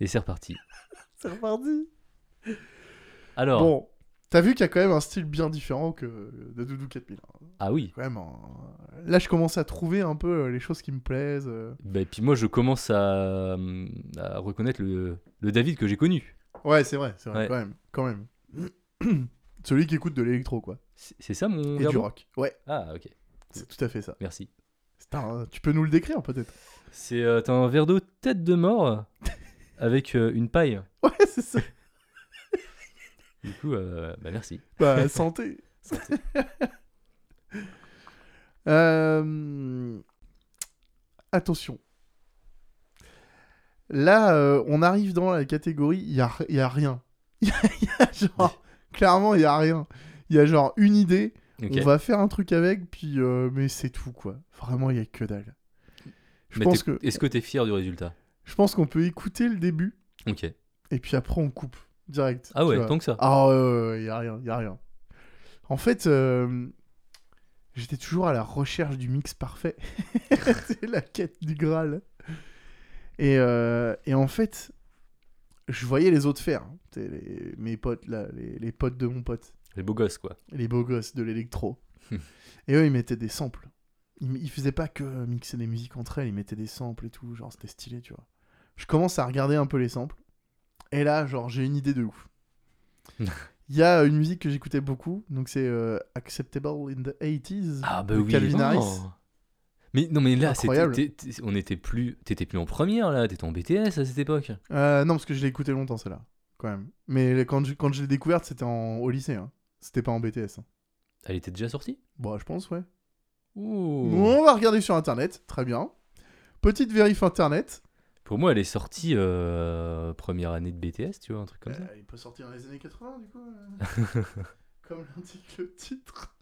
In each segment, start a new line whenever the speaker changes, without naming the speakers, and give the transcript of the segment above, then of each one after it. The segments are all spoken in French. Et c'est reparti.
C'est reparti.
Alors,
Bon, t'as vu qu'il y a quand même un style bien différent que de Doudou 4000. hein.
ah oui.
Quand même, un- là je commence à trouver un peu euh, les choses qui me plaisent. euh.
Bah, puis moi, je commence à, hum, à reconnaître le, le David que j'ai connu.
Ouais, c'est vrai, c'est vrai,
Ouais.
quand même, quand même. Celui qui écoute de l'électro, quoi.
C'est c'est ça mon.
Et du
verbe
rock. Ouais,
Ah, ok.
c'est tout à fait ça.
Merci.
C'est un- tu peux nous le décrire, peut-être
C'est euh, t'as un verre d'eau tête de mort avec euh, une paille.
Ouais, c'est ça.
Du coup, euh, bah merci.
Bah, santé.
Santé.
Euh, Attention. Là, euh, on arrive dans la catégorie, il y a, il y a rien. Il y, a- il y a genre, clairement, il y a rien. Il y a genre une idée,
Ok.
on va faire un truc avec, puis euh, mais c'est tout quoi. Vraiment, il y a que dalle. Je
Mais
pense
t'es-
que
Est-ce que t'es fier du résultat
je pense qu'on peut écouter le début
Ok.
et puis après on coupe direct.
Ah
tu
ouais,
vois.
tant que ça.
Ah ouais, ouais, ouais, y a rien, y a rien. En fait, euh, j'étais toujours à la recherche du mix parfait. C'est la quête du Graal. Et, euh, et en fait, je voyais les autres faire. T'sais, Les, mes potes, là, les, les potes de mon pote,
Les beaux gosses quoi.
les beaux gosses de l'électro. et eux, ils mettaient des samples. Ils, ils faisaient pas que mixer des musiques entre elles, ils mettaient des samples et tout. Genre, c'était stylé, tu vois. Je commence à regarder un peu les samples. Et là, genre, j'ai une idée de ouf. Il y a une musique que j'écoutais beaucoup, donc c'est euh, Acceptable in the 80s.
Ah bah
de
oui.
Calvin
oh.
Harris.
Mais non mais là,
Incroyable.
c'était- t'es- t'es- on était plus, t'étais plus en première là, t'étais en BTS à cette époque.
Euh, non, parce que je l'ai écouté longtemps, celle-là, quand même. Mais quand je, quand je l'ai découverte, c'était en- au lycée. hein. C'était pas en BTS. hein.
Elle était déjà sortie.
Bon, je pense, ouais.
Ouh.
Bon, on va regarder sur internet, très bien. Petite vérif internet.
Pour moi, elle est sortie euh, première année de BTS, tu vois, un truc comme ça.
Euh, il peut sortir dans les années 80, du coup. euh. Comme l'indique le titre.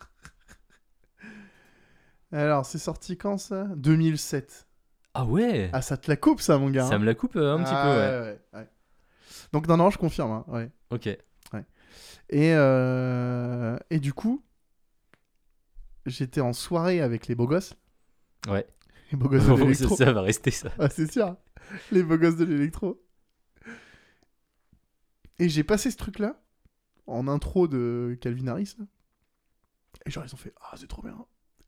Alors, c'est sorti quand ça 2007.
Ah ouais.
Ah, ça te la coupe, ça, mon gars.
ça
hein.
me la coupe euh, un petit
Ah,
peu. Ouais.
ouais, ouais. Donc, non, non, je confirme. hein, ouais.
Ok.
Et, euh, et du coup, j'étais en soirée avec les beaux gosses.
Ouais.
Les beaux gosses de
ça,
l'électro.
ça va rester ça.
Ah, c'est sûr. Les beaux gosses de l'électro. Et j'ai passé ce truc-là en intro de Calvin Harris. là. Et genre, ils ont fait Ah, c'est trop bien.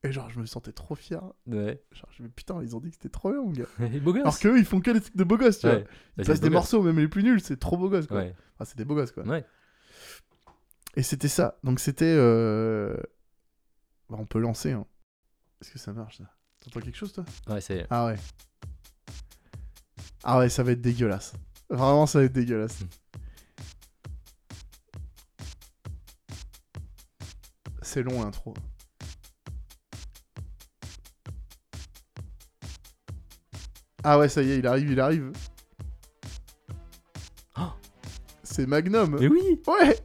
Et genre, je me sentais trop fier.
Ouais.
Genre, je me putain, ils ont dit que c'était trop bien, mon gars.
Les beaux gosses.
Alors qu'eux, ils font que des trucs de beaux gosses, tu
Ouais.
vois.
Bah,
Ils
c'est les
passent des
beaux gosses.
morceaux, même les plus nuls, c'est trop beaux gosses, quoi.
Ouais.
Enfin, c'est des beaux gosses, quoi.
Ouais.
Et c'était ça. Donc, c'était. euh, bah, on peut lancer. hein. Est-ce que ça marche, ça T'entends quelque chose, toi
Ouais, c'est.
Ah ouais. Ah ouais, ça va être dégueulasse. Vraiment, ça va être dégueulasse.
Mm.
C'est long l'intro. Ah ouais, ça y est, il arrive, il arrive.
Oh.
C'est Magnum.
Mais oui
Ouais.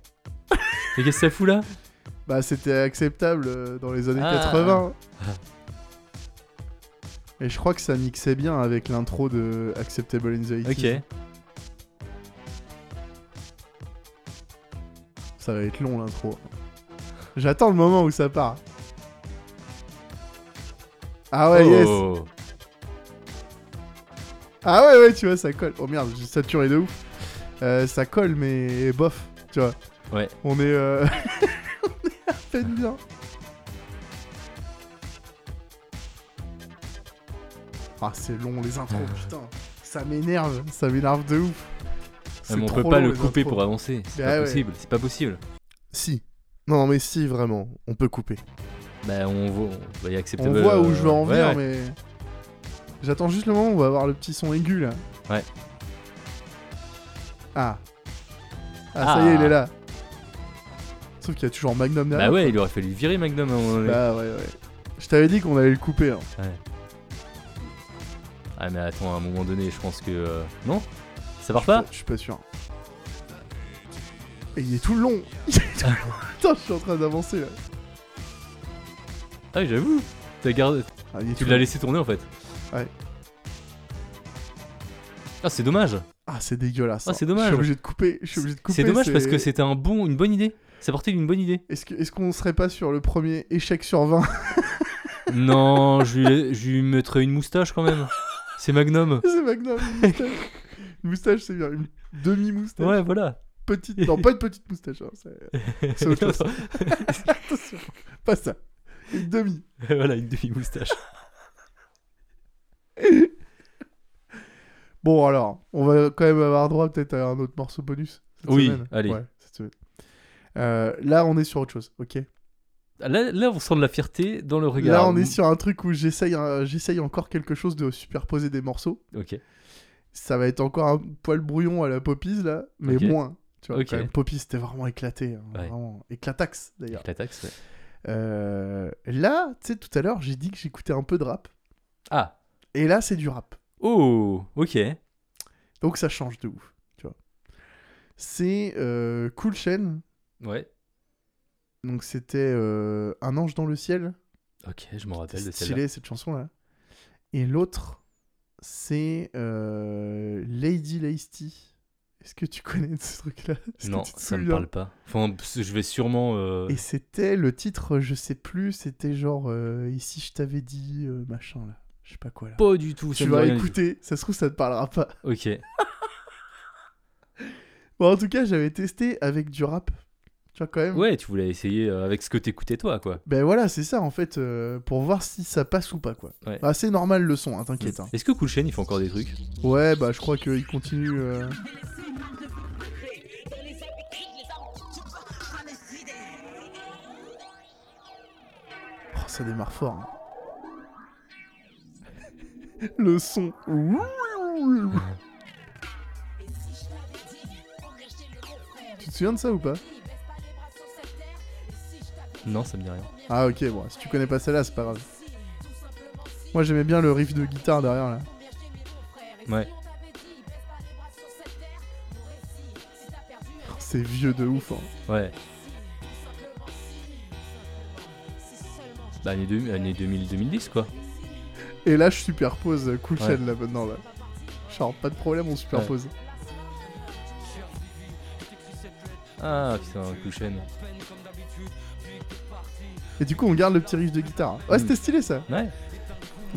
Mais qu'est-ce que ça fout là
Bah, c'était acceptable euh, dans les années
Ah.
80. Et je crois que ça mixait bien avec l'intro de Acceptable in the 80s.
Ok.
Ça va être long l'intro. J'attends le moment où ça part. Ah ouais, yes.
Oh.
Ah ouais, ouais, tu vois, ça colle. Oh merde, j'ai saturé de ouf. Euh, ça colle, mais bof, tu vois.
Ouais.
On est, euh, on est à peine bien. Ah, c'est long les intros, putain. Ça m'énerve, ça m'énerve de ouf.
Ah,
C'est
mais on
trop
peut pas
long,
le
les
couper
intros.
pour avancer. C'est
Bah
pas
ouais.
possible. C'est pas possible.
Si. Non, mais si, vraiment, on peut couper.
Bah on voit, on va y accepter.
On
euh,
voit où je veux en
ouais,
venir,
ouais.
mais. J'attends juste le moment où on va avoir le petit son aigu là.
Ouais.
Ah. Ah, ça y est,
Ah.
il est là. Sauf qu'il y a toujours Magnum derrière.
Bah ouais, il aurait fallu virer Magnum. à un moment donné.
Bah ouais, ouais. Je t'avais dit qu'on allait le couper. hein.
Ah mais attends, à un moment donné, je pense que euh, non, ça part pas.
Je suis pas sûr. Et il est tout le long. Il est tout le long. Putain, je suis en train d'avancer là.
Ah oui, j'avoue. T'as gardé-
Ah, il est
Tu
tout
l'as
long.
laissé tourner en fait.
Ouais.
Ah c'est dommage.
Ah, c'est dégueulasse.
Ah,
hein.
c'est dommage.
Je suis obligé de couper. Je suis obligé de couper.
C'est dommage parce que c'était un bon, une bonne idée. Ça partait d'une bonne idée.
Est-ce que- est-ce qu'on serait pas sur le premier échec sur 20
non, je lui, je lui mettrais une moustache quand même. C'est Magnum.
C'est Magnum. une moustache. Une moustache, c'est bien. Une demi-moustache.
Ouais, voilà.
Petite... Non, pas une petite moustache. hein, c'est- C'est autre chose. Attention, pas ça. Une demi.
voilà, une demi-moustache.
Bon, alors, on va quand même avoir droit peut-être à un autre morceau bonus. cette
Oui,
semaine.
allez.
Ouais, cette semaine. Euh, là, on est sur autre chose, ok
Là, là, on sent de la fierté dans le regard.
Là, on est sur un truc où j'essaye un- j'essaye encore quelque chose de superposer des morceaux.
Ok.
Ça va être encore un poil brouillon à la Poppies, là, mais
Ok.
moins. Tu vois,
Ok.
quand même, Poppies, c'était vraiment éclaté. hein,
Ouais.
Vraiment éclataxe, d'ailleurs.
Avec la taxe, ouais.
Euh, là, tu sais, tout à l'heure, j'ai dit que j'écoutais un peu de rap.
Ah.
Et là, c'est du rap.
Oh, ok.
Donc, ça change de ouf, tu vois. C'est euh, Cool Chain.
Ouais.
Donc, c'était euh, Un ange dans le ciel.
Ok, je m'en rappelle de
C'est
celle-là.
stylé, cette chanson-là. Et l'autre, c'est euh, Lady Leisty. Est-ce que tu connais ce truc-là Est-ce que
Non,
tu te
ça me
souviens
parle pas. Enfin, p- je vais sûrement. euh,
hein. Et c'était le titre, je sais plus, c'était genre euh, Ici je t'avais dit, euh, machin là. Je sais pas quoi là.
Pas du tout. ça
tu
me dit
vas
rien du
écouter, ça se trouve ça te parlera pas.
tout. Ok.
Bon, en tout cas, j'avais testé avec du rap. Tu vois, quand même.
Ouais, tu voulais essayer euh, avec ce que t'écoutais toi, quoi.
Ben voilà, c'est ça en fait, euh, pour voir si ça passe ou pas quoi.
Ouais.
Bah, c'est normal le son, hein, t'inquiète. hein.
Est-ce que Cool Chain, il fait encore des trucs
Ouais, bah je crois qu'il continue. euh, Oh, ça démarre fort. hein. Le son. Tu te souviens de ça ou pas
Non, ça me dit rien.
Ah ok, bon, si tu connais pas celle-là, c'est pas grave. Moi j'aimais bien le riff de guitare derrière là.
Ouais.
Oh, C'est vieux de ouf. hein.
Ouais. Bah, année, deux- année 2000, 2010, quoi.
Et là je superpose euh, Cool
Ouais.
Chain là maintenant là. Genre pas de problème, on superpose.
Ah, putain, Cool Chain.
Et du coup on garde le petit riff de guitare. hein. Ouais
Mm.
c'était stylé ça.
Ouais.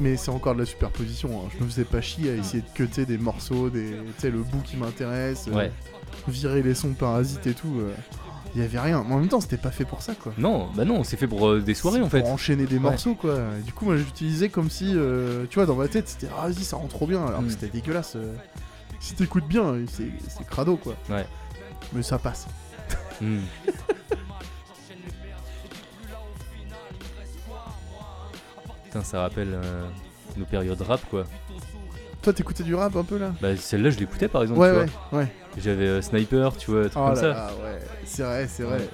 Mais c'est encore de la superposition. hein. Je me faisais pas chier à essayer de cutter des morceaux, des, tu sais, le bout qui m'intéresse, euh,
Ouais.
virer les sons parasites et tout. euh. Il y avait rien. Mais en même temps c'était pas fait pour ça quoi.
Non, bah non, c'est fait pour euh, des soirées,
C'est
en fait.
Pour enchaîner des morceaux, quoi. Et du coup, moi, j'utilisais comme si, euh, tu vois, dans ma tête, c'était ah, vas-y, ça rend trop bien, alors
Mm.
que c'était dégueulasse. euh. Si t'écoutes bien, euh, c'est c'est crado, quoi.
Ouais.
Mais ça passe.
Hmm. Putain, ça rappelle euh, nos périodes rap, quoi.
Toi, t'écoutais du rap un peu là
Bah, celle-là, je l'écoutais, par exemple,
Ouais,
tu
ouais,
vois.
ouais.
J'avais euh, Sniper, tu vois, un truc
Oh
comme
là
ça.
là, ouais. C'est vrai, c'est vrai.
Ouais.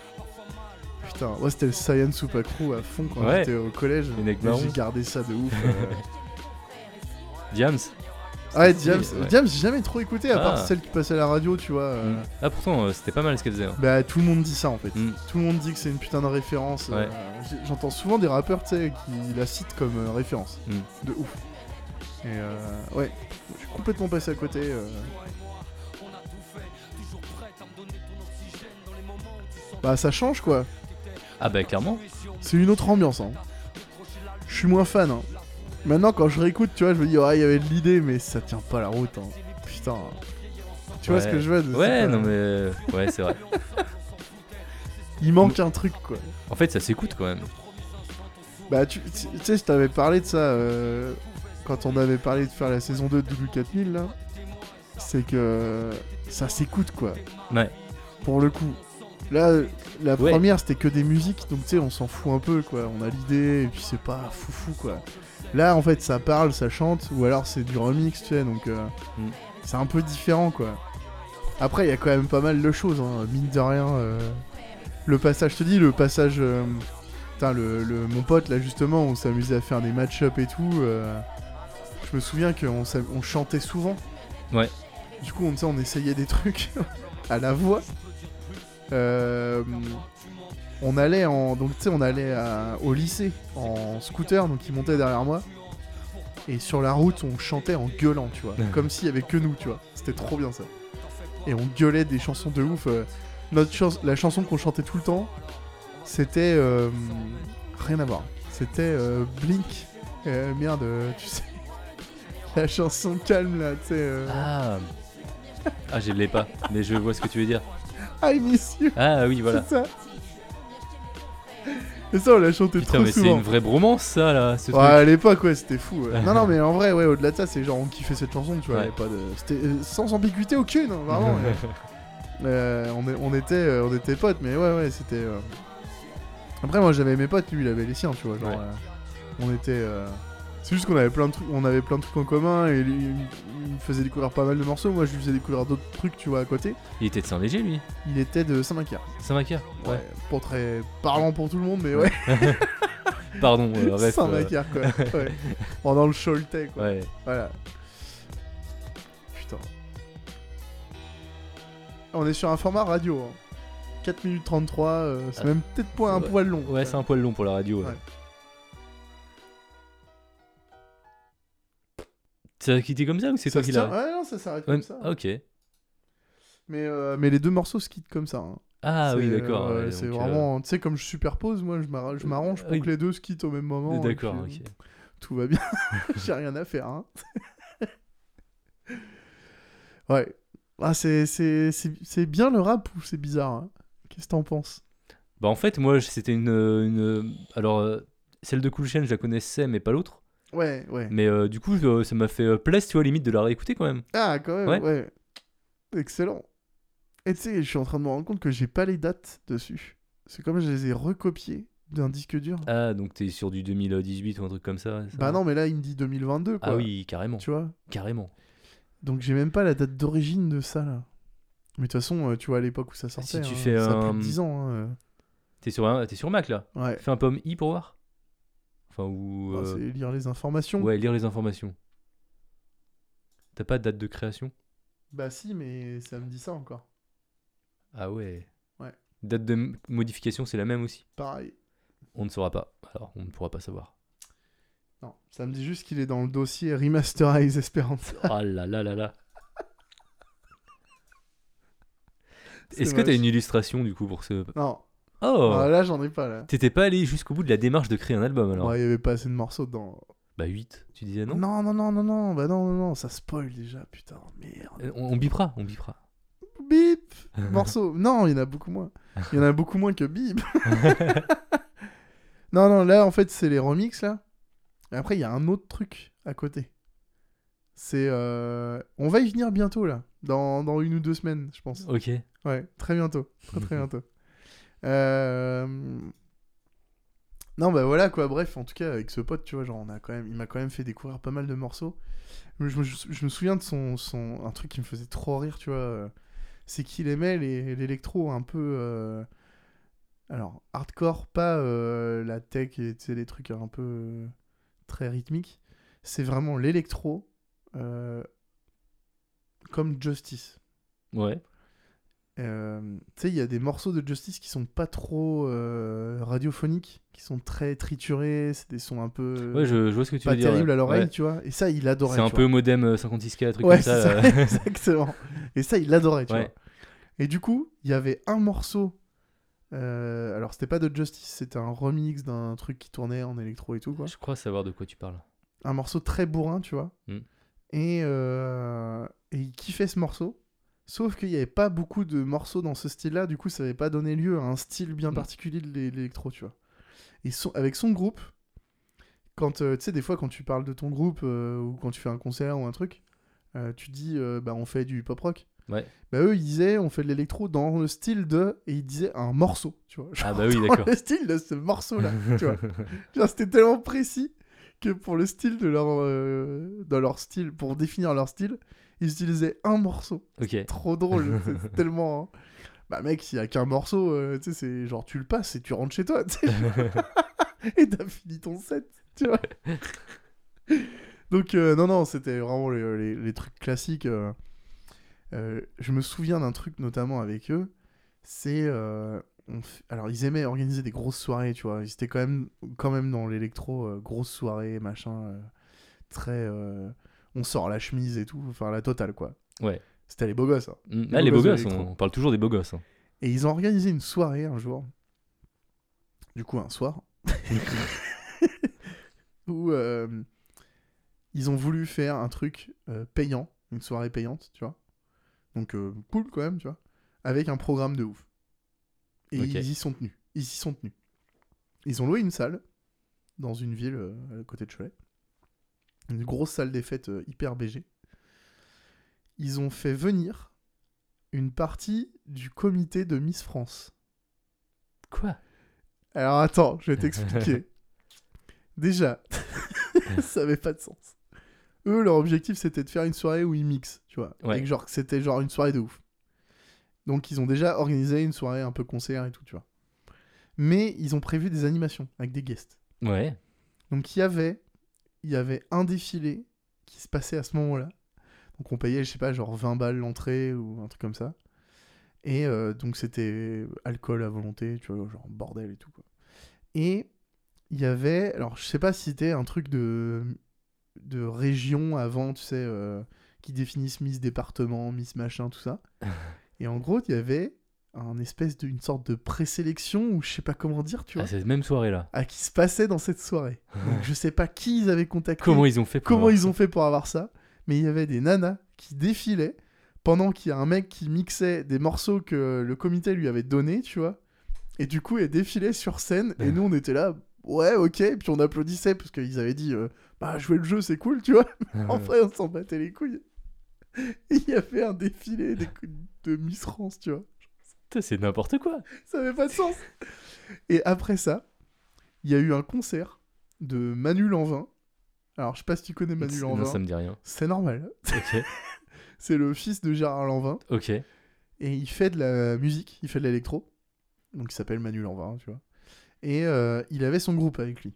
Putain, moi, c'était le Science ou Crew à fond quand
Ouais.
j'étais au collège.
Les mecs
Et
marrons.
J'ai gardé ça de ouf. euh.
Diams
ouais,
C'était
Diams,
stylé, ouais.
Diams, j'ai jamais trop écouté, à part
Ah.
celle qui passait à la radio, tu vois. euh.
Hmm. Ah, pourtant, euh, c'était pas mal ce qu'elle faisait. hein.
Bah tout le monde dit ça en fait.
Mm.
Tout le monde dit que c'est une putain de référence.
Ouais.
Euh, j- J'entends souvent des rappeurs tu sais, qui la citent comme euh, référence.
Mm.
De ouf. Et euh, ouais, je suis complètement passé à côté. euh. Bah ça change quoi.
Ah, bah, clairement.
C'est une autre ambiance. Hein. Je suis moins fan. hein. Maintenant quand je réécoute, tu vois, je me dis ouais il y avait de l'idée mais ça tient pas la route. hein. Putain. Tu vois
Ouais.
ce que je veux dire, c'est
Ouais,
pas-
non, mais. euh, Ouais, c'est vrai.
Il manque un truc quoi.
En fait, ça s'écoute quand même.
Bah, tu tu- tu sais, je t'avais parlé de ça euh, quand on avait parlé de faire la saison 2 de Doudou 4000, là. C'est que euh, ça s'écoute, quoi.
Ouais.
Pour le coup. Là, la
Ouais.
première, c'était que des musiques, donc tu sais, on s'en fout un peu, quoi. On a l'idée, et puis c'est pas foufou, quoi. Là, en fait, ça parle, ça chante, ou alors c'est du remix, tu sais, donc euh,
Mm.
c'est un peu différent, quoi. Après, il y a quand même pas mal de choses, hein, mine de rien. euh, Le passage, je te dis, le passage. euh, Putain, le, le- mon pote, là, justement, on s'amusait à faire des match-up et tout. euh, je me souviens qu'on s'am- on chantait souvent.
Ouais.
Du coup, on, tu sais, on essayait des trucs à la voix. Euh, on allait en donc tu sais on allait à- au lycée en scooter donc il montait derrière moi et sur la route on chantait en gueulant tu vois comme s'il y avait que nous tu vois c'était trop bien ça et on gueulait des chansons de ouf euh, notre chans- la chanson qu'on chantait tout le temps c'était euh, rien à voir c'était euh, Blink Euh, merde euh, tu sais la chanson calme là tu sais euh,
Ah, Ah, je l'ai pas, mais je vois ce que tu veux dire.
I miss you.
Ah oui, voilà.
C'est ça. Et ça, on l'a chanté
Putain,
trop
mais c'est
souvent.
une vraie bromance, ça, là, ce
Ouais,
truc.
à l'époque, ouais, c'était fou. ouais. non, non, mais en vrai, ouais, au-delà de ça, c'est genre on kiffait cette chanson, tu vois.
Ouais.
y a Pas de... C'était euh, sans ambiguïté aucune, hein, vraiment. ouais. Euh, on, est- on était, euh, on était potes, mais ouais, ouais, c'était. euh. Après, moi, j'avais mes potes, lui, il avait les siens, tu vois. Genre,
Ouais.
euh, on était. euh, C'est juste qu'on avait plein de trucs, on avait plein de trucs en commun et lui, il me- il me faisait découvrir pas mal de morceaux. Moi, je lui faisais découvrir d'autres trucs, tu vois, à côté.
Il était de Saint-Léger, lui.
Il était de Saint-Macaire.
Saint-Macaire. Ouais.
Ouais, Pas très parlant pour tout le monde, mais ouais,
Pardon, euh, ref, euh,
Saint-Macaire, quoi. Ouais. Bon, dans le Choletais, quoi.
Ouais.
Voilà. Putain. On est sur un format radio. hein. 4 minutes 33, euh, c'est
Ah.
même peut-être pas un
Ouais.
poil long.
Ouais, c'est un poil long pour la radio. ouais.
Ouais.
T'as quitté comme ça ou c'est
Ça
toi qui
se tient-
l'as
Ouais, non, ça s'arrête
Ouais,
comme ça.
ah, Ok.
Mais, euh, mais les deux morceaux se quittent comme ça. hein.
Ah oui,
C'est,
d'accord.
euh,
ouais,
c'est
donc, euh,
vraiment. Tu sais, comme je superpose, moi, je m'arra- je m'arrange pour
oui.
que les deux se quittent au même moment. et
D'accord,
puis,
ok.
euh, Tout va bien. J'ai rien à faire. hein. ouais. Ah, c'est, c'est, c'est, c'est bien le rap ou c'est bizarre hein Qu'est-ce que t'en penses
Bah, en fait, moi, je- c'était une, une- Alors, euh, celle de Cool Chain, je la connaissais, mais pas l'autre.
Ouais, ouais.
Mais euh, du coup, euh, ça m'a fait euh, place, tu vois, limite de la réécouter quand même.
Ah, quand même, ouais.
Ouais.
Excellent. Et tu sais, je suis en train de me rendre compte que j'ai pas les dates dessus. C'est comme je les ai recopiées d'un disque dur.
Ah, donc t'es sur du 2018 ou un truc comme ça. ça
bah non, mais là, il me dit 2022, quoi.
Ah oui, carrément.
Tu vois
Carrément.
Donc j'ai même pas la date d'origine de ça, là. Mais de toute façon, euh, tu vois, à l'époque où ça sortait,
Ah, tu
hein,
fais
ça a
un-
plus de 10 ans. hein,
T'es sur, un- t'es sur Mac là
euh. Ouais,
Fais un pomme i pour voir Enfin, ou.
Bah,
euh,
c'est lire les informations.
Ouais, lire les informations. T'as pas de date de création
Bah si, mais ça me dit ça encore.
Ah ouais.
Ouais.
Date de m- modification, c'est la même aussi.
Pareil.
On ne saura pas. Alors, on ne pourra pas savoir.
Non, ça me dit juste qu'il est dans le dossier Remasterize Esperanza.
Ah là là là là.
C'est
Est-ce que t'as
moche.
une illustration du coup pour ce.
Non,
Oh
Ah, là j'en ai pas, là.
T'étais pas allé jusqu'au bout de la démarche de créer un album
Il
alors
y avait pas assez de morceaux dedans.
Bah 8, tu disais non,
Non, non, non, non, non, bah non, non, non, ça spoil déjà, putain, merde.
Euh, On, on bipera, on bipera.
Bip Morceau Non, il y en a beaucoup moins. Il y en a beaucoup moins que bip Non, non, là, en fait, c'est les remixes, là. Et après, il y a un autre truc à côté. C'est... euh, On va y venir bientôt, là. Dans, dans une ou deux semaines, je pense.
ok.
Ouais, très bientôt. Très, très bientôt. Euh, Non, bah voilà quoi. Bref, en tout cas, avec ce pote, tu vois, genre, on a quand même, il m'a quand même fait découvrir pas mal de morceaux. Je, me- je me souviens de son, son. Un truc qui me faisait trop rire, tu vois. euh, C'est qu'il aimait les- l'électro un peu. euh, Alors, hardcore, pas euh, la tech et tu sais, les trucs un peu euh, très rythmiques. C'est vraiment l'électro euh, comme Justice.
Ouais.
Euh, tu sais, il y a des morceaux de Justice qui sont pas trop euh, radiophoniques, qui sont très triturés, c'est des sons un peu euh,
Ouais, je, je vois ce que tu
pas
veux dire.
terribles
ouais.
à l'oreille,
Ouais.
tu vois. Et ça, il adorait.
C'est un
tu
peu modem euh, 56K, un truc
vois. ouais,
comme ça.
c'est
euh.
ça, exactement. Et ça, il adorait, tu
Ouais.
vois. Et du coup, il y avait un morceau. euh, alors, c'était pas de Justice, c'était un remix d'un truc qui tournait en électro et tout, quoi.
Je crois savoir de quoi tu parles.
un morceau très bourrin, tu vois.
Mm.
Et, euh, et il kiffait ce morceau. Sauf qu'il n'y avait pas beaucoup de morceaux dans ce style-là, du coup, ça n'avait pas donné lieu à un style bien
Mm.
particulier de l'é- l'électro, tu vois. Et son- avec son groupe, quand euh, tu sais, des fois, quand tu parles de ton groupe euh, ou quand tu fais un concert ou un truc, euh, tu dis, euh, bah, on fait du pop rock.
Ouais.
Bah, eux, ils disaient, on fait de l'électro dans le style de. Et ils disaient un morceau, tu vois.
Ah
Genre,
bah oui,
dans
d'accord.
Le style de ce morceau-là, tu vois. Genre, c'était tellement précis que pour le style de leur, euh, dans leur style, pour définir leur style, ils utilisaient un morceau.
ok.
Trop drôle, c'est c'est tellement. Bah mec, s'il y a qu'un morceau, euh, tu sais, c'est genre tu le passes et tu rentres chez toi, tu sais. et t'as fini ton set, tu vois. Donc euh, non, non, c'était vraiment les, les- les trucs classiques. euh. Euh, je me souviens d'un truc notamment avec eux, c'est... euh, on f- Alors ils aimaient organiser des grosses soirées, tu vois. Ils étaient quand même, quand même dans l'électro, euh, grosses soirées, machin, euh, très... euh, on sort la chemise et tout, enfin la totale, quoi.
Ouais.
C'était les beaux gosses, hein.
Mm,
Les
ah, les
beaux
beaux
gosses
gosses, on,
électro.
on parle toujours des beaux gosses. hein.
Et ils ont organisé une soirée un jour. Du coup, un soir. où euh, ils ont voulu faire un truc euh, payant, une soirée payante, tu vois. Donc euh, cool quand même, tu vois. Avec un programme de ouf. Et
Ok.
ils y sont tenus. Ils y sont tenus. Ils ont loué une salle dans une ville euh, à côté de Cholet. Une grosse salle des fêtes euh, hyper BG. Ils ont fait venir une partie du comité de Miss France.
Quoi
Alors attends, je vais t'expliquer. Déjà, ça avait pas de sens. Eux, leur objectif, c'était de faire une soirée où ils mixent, tu vois.
Ouais.
Et que genre, que c'était genre une soirée de ouf. Donc, ils ont déjà organisé une soirée un peu concert et tout, tu vois. Mais ils ont prévu des animations avec des guests.
Ouais.
Donc, il y avait, il y avait un défilé qui se passait à ce moment-là. Donc, on payait, je sais pas, genre 20 balles l'entrée ou un truc comme ça. Et euh, donc, c'était alcool à volonté, tu vois, genre bordel et tout, quoi. Et il y avait, alors, je sais pas si c'était un truc de, de région avant, tu sais, euh, qui définissent Miss département, Miss machin, tout ça. Et en gros, il y avait un espèce d'une sorte de présélection ou je sais pas comment dire, tu
À
vois
Ah, cette même soirée-là.
à qui se passait dans cette soirée. Donc je sais pas qui ils avaient contacté,
Comment ils ont fait pour
comment
avoir
ils
ça
ont fait pour avoir ça, mais il y avait des nanas qui défilaient pendant qu'il y a un mec qui mixait des morceaux que le comité lui avait donné, tu vois. Et du coup, elle défilait sur scène et nous on était là, ouais, ok, et puis on applaudissait parce qu'ils avaient dit, euh, bah jouer le jeu c'est cool, tu vois. En vrai, on s'en battait les couilles. Et Il y avait un défilé des cou- de Miss France, tu vois.
Putain, C'est n'importe quoi.
Ça n'avait pas de sens. Et après ça, il y a eu un concert de Manu Lanvin. Alors, je sais pas si tu connais Manu
Non, ça
Lanvin.
me dit rien.
C'est normal.
Ok.
C'est le fils de Gérard Lanvin.
Ok.
Et il fait de la musique, il fait de l'électro. Donc, il s'appelle Manu Lanvin, tu vois. Et euh, il avait son groupe avec lui.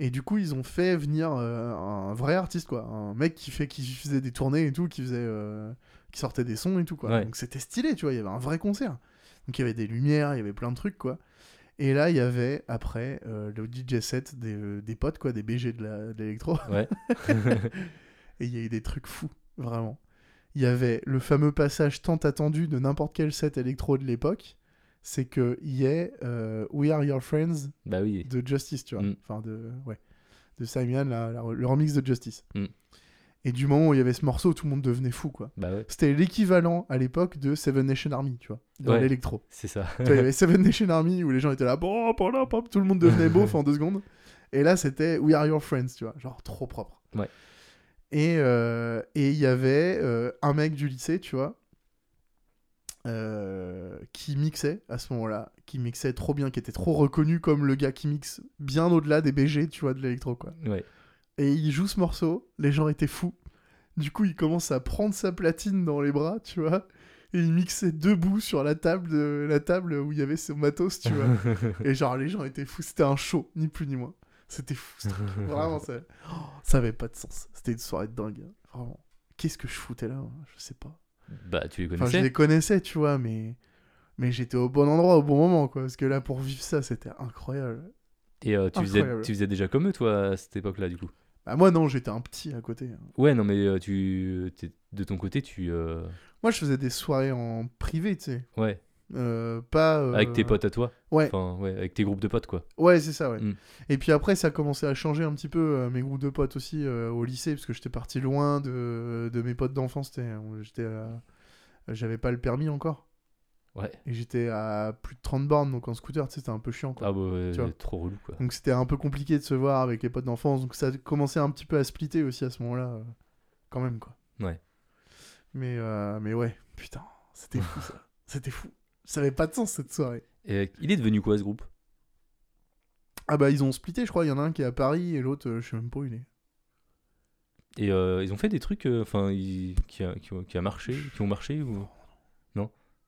Et du coup, ils ont fait venir euh, un vrai artiste, quoi. Un mec qui, fait, qui faisait des tournées et tout, qui, faisait, euh, qui sortait des sons et tout, quoi.
Ouais.
Donc, c'était stylé, tu vois. Il y avait un vrai concert. Donc, il y avait des lumières, il y avait plein de trucs, quoi. Et là, il y avait après euh, le DJ set des, euh, des potes, quoi, des BG de la- de l'électro.
Ouais.
Et il y a eu des trucs fous, vraiment. Il y avait le fameux passage tant attendu de n'importe quel set électro de l'époque, c'est que il y ait euh, We Are Your Friends
bah oui.
de Justice, tu vois.
Mm.
Enfin, de, ouais, de Simon, la- la- le remix de Justice.
Mm.
Et du moment où il y avait ce morceau, tout le monde devenait fou, quoi.
Bah ouais.
C'était l'équivalent à l'époque de Seven Nation Army, tu vois, dans
Ouais.
l'électro.
C'est ça.
Tu vois, il y avait Seven Nation Army où les gens étaient là, bon, bon, là, pop, tout le monde devenait beauf en deux secondes. Et là, c'était We Are Your Friends, tu vois, genre trop propre.
Ouais.
Et euh, et il y avait euh, un mec du lycée, tu vois, euh, qui mixait à ce moment-là, qui mixait trop bien, qui était trop reconnu comme le gars qui mixe bien au-delà des BG, tu vois, de l'électro, quoi.
Ouais.
Et il joue ce morceau, les gens étaient fous. Du coup, il commence à prendre sa platine dans les bras, tu vois. Et il mixait debout sur la table, de- la table où il y avait son matos, tu vois. Et genre, les gens étaient fous. C'était un show, ni plus ni moins. C'était fou, ce truc. Vraiment, ça... oh, ça avait pas de sens. C'était une soirée de dingue. hein. Vraiment. Qu'est-ce que je foutais là hein Je sais pas.
bah tu les
Enfin, je
connaissais.
les connaissais, tu vois, mais... Mais j'étais au bon endroit, au bon moment, quoi. Parce que là, pour vivre ça, c'était incroyable.
Et euh, tu, faisais,
Incroyable.
tu faisais déjà comme eux, toi, à cette époque-là, du coup.
Bah, moi, non, j'étais un petit à côté. hein.
Ouais, non, mais euh, tu, t'es- de ton côté, tu. euh,
Moi, je faisais des soirées en privé, tu sais.
Ouais,
Euh, pas euh,
avec tes potes à toi.
ouais.
Enfin, ouais, avec tes groupes de potes, quoi.
ouais c'est ça ouais
Mm.
et puis après ça a commencé à changer un petit peu euh, mes groupes de potes aussi euh, au lycée parce que j'étais parti loin de, de mes potes d'enfance t'sais. j'étais à- j'avais pas le permis encore
Ouais.
et j'étais à plus de 30 bornes donc en scooter tu sais, c'était un peu chiant quoi
Ah, bah, ouais,
Tu vois.
trop relou, quoi.
donc c'était un peu compliqué de se voir avec les potes d'enfance donc ça commençait un petit peu à splitter aussi à ce moment là quand même quoi
Ouais.
mais euh, mais ouais putain c'était fou ça c'était fou ça avait pas de sens cette soirée
Et euh, il est devenu quoi, ce groupe
Ah bah ils ont splitté je crois, il y en a un qui est à Paris et l'autre euh, je sais même pas où il est.
Et euh, ils ont fait des trucs euh, enfin, ils- qui, a, qui, ont- qui a marché, qui ont marché ou...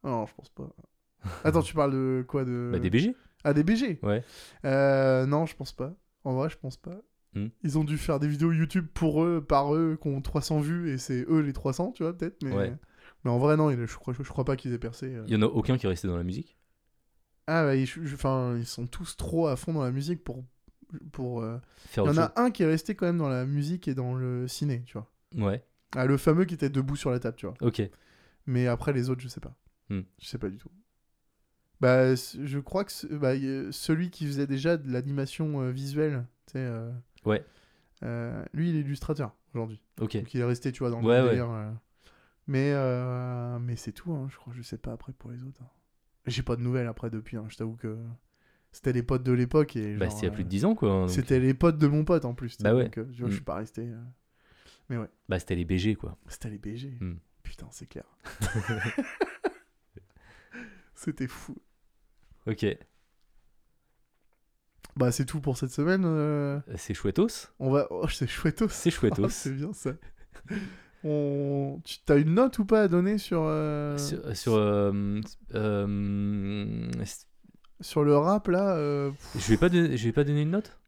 Ah Non je pense pas. Attends tu parles de quoi de...
Bah, des BG
Ah des BG
Ouais.
Euh, non je pense pas. En vrai je pense pas.
Hmm.
Ils ont dû faire des vidéos YouTube pour eux, par eux, qui ont 300 vues et c'est eux les 300 tu vois peut-être. Mais...
Ouais.
mais en vrai non il- je crois, je crois pas qu'ils aient percé. euh.
Il y en a aucun qui est resté dans la musique
Ah bah ils, je- je- enfin, ils sont tous trop à fond dans la musique pour... pour euh,
Faire
Il y en
autre
a un qui est resté quand même dans la musique et dans le ciné tu vois.
chose Ouais,
Ah le fameux qui était debout sur la table tu vois.
ok.
Mais après, les autres, je sais pas.
Hmm.
Je sais pas du tout. Bah, c- je crois que ce- bah, y- euh, celui qui faisait déjà de l'animation euh, visuelle, tu sais. euh,
Ouais.
euh, lui, il est illustrateur aujourd'hui.
Ok.
Donc, il est resté, tu vois, dans le
Ouais, ouais.
délire, euh, Mais, euh, mais c'est tout, hein, je crois. Je sais pas après pour les autres. hein. J'ai pas de nouvelles après depuis. hein, Je t'avoue que c'était les potes de l'époque. et
Bah,
genre,
c'était il y a plus
euh,
de 10 ans, quoi. hein, donc.
C'était les potes de mon pote en plus. tu
Bah
sais,
ouais.
donc, euh, tu vois, Je
Mm.
suis pas resté. euh,
Bah, c'était les BG, quoi.
C'était les BG.
Mm.
Putain, c'est clair. C'était fou.
Ok.
Bah, c'est tout pour cette semaine. euh,
C'est chouettos
On va. Oh, c'est chouettos.
C'est
Ah,
chouettos.
c'est bien ça. On... Tu as une note ou pas à donner sur, euh, sur...
Sur, sur, euh, euh,
le rap là euh, pff,
je vais pas donner, je vais pas donner une note.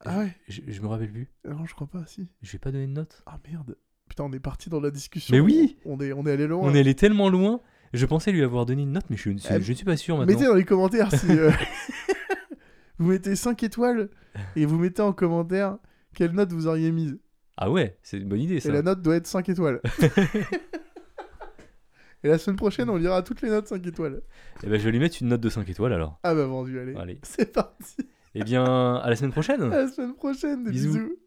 Ah ouais
Je, je me rappelle plus.
Non, je crois pas, si.
Je vais pas donner une note.
Ah merde. Putain, on est parti dans la discussion.
Mais oui
On est, on est allé loin.
On est allé tellement loin. Je pensais lui avoir donné une note, mais je, ne suis-
Eh,
je ne suis pas sûr maintenant.
Mettez dans les commentaires si. euh, vous mettez 5 étoiles et vous mettez en commentaire quelle note vous auriez mise.
Ah ouais, c'est une bonne idée ça.
Et la note doit être 5 étoiles. et la semaine prochaine, on lira toutes les notes 5 étoiles.
Eh ben, je vais lui mettre une note de 5 étoiles alors.
Ah bah vendu, allez.
Allez.
C'est parti.
Eh bien, à la semaine
À
prochaine.
la semaine prochaine. Des
Bisous.
bisous.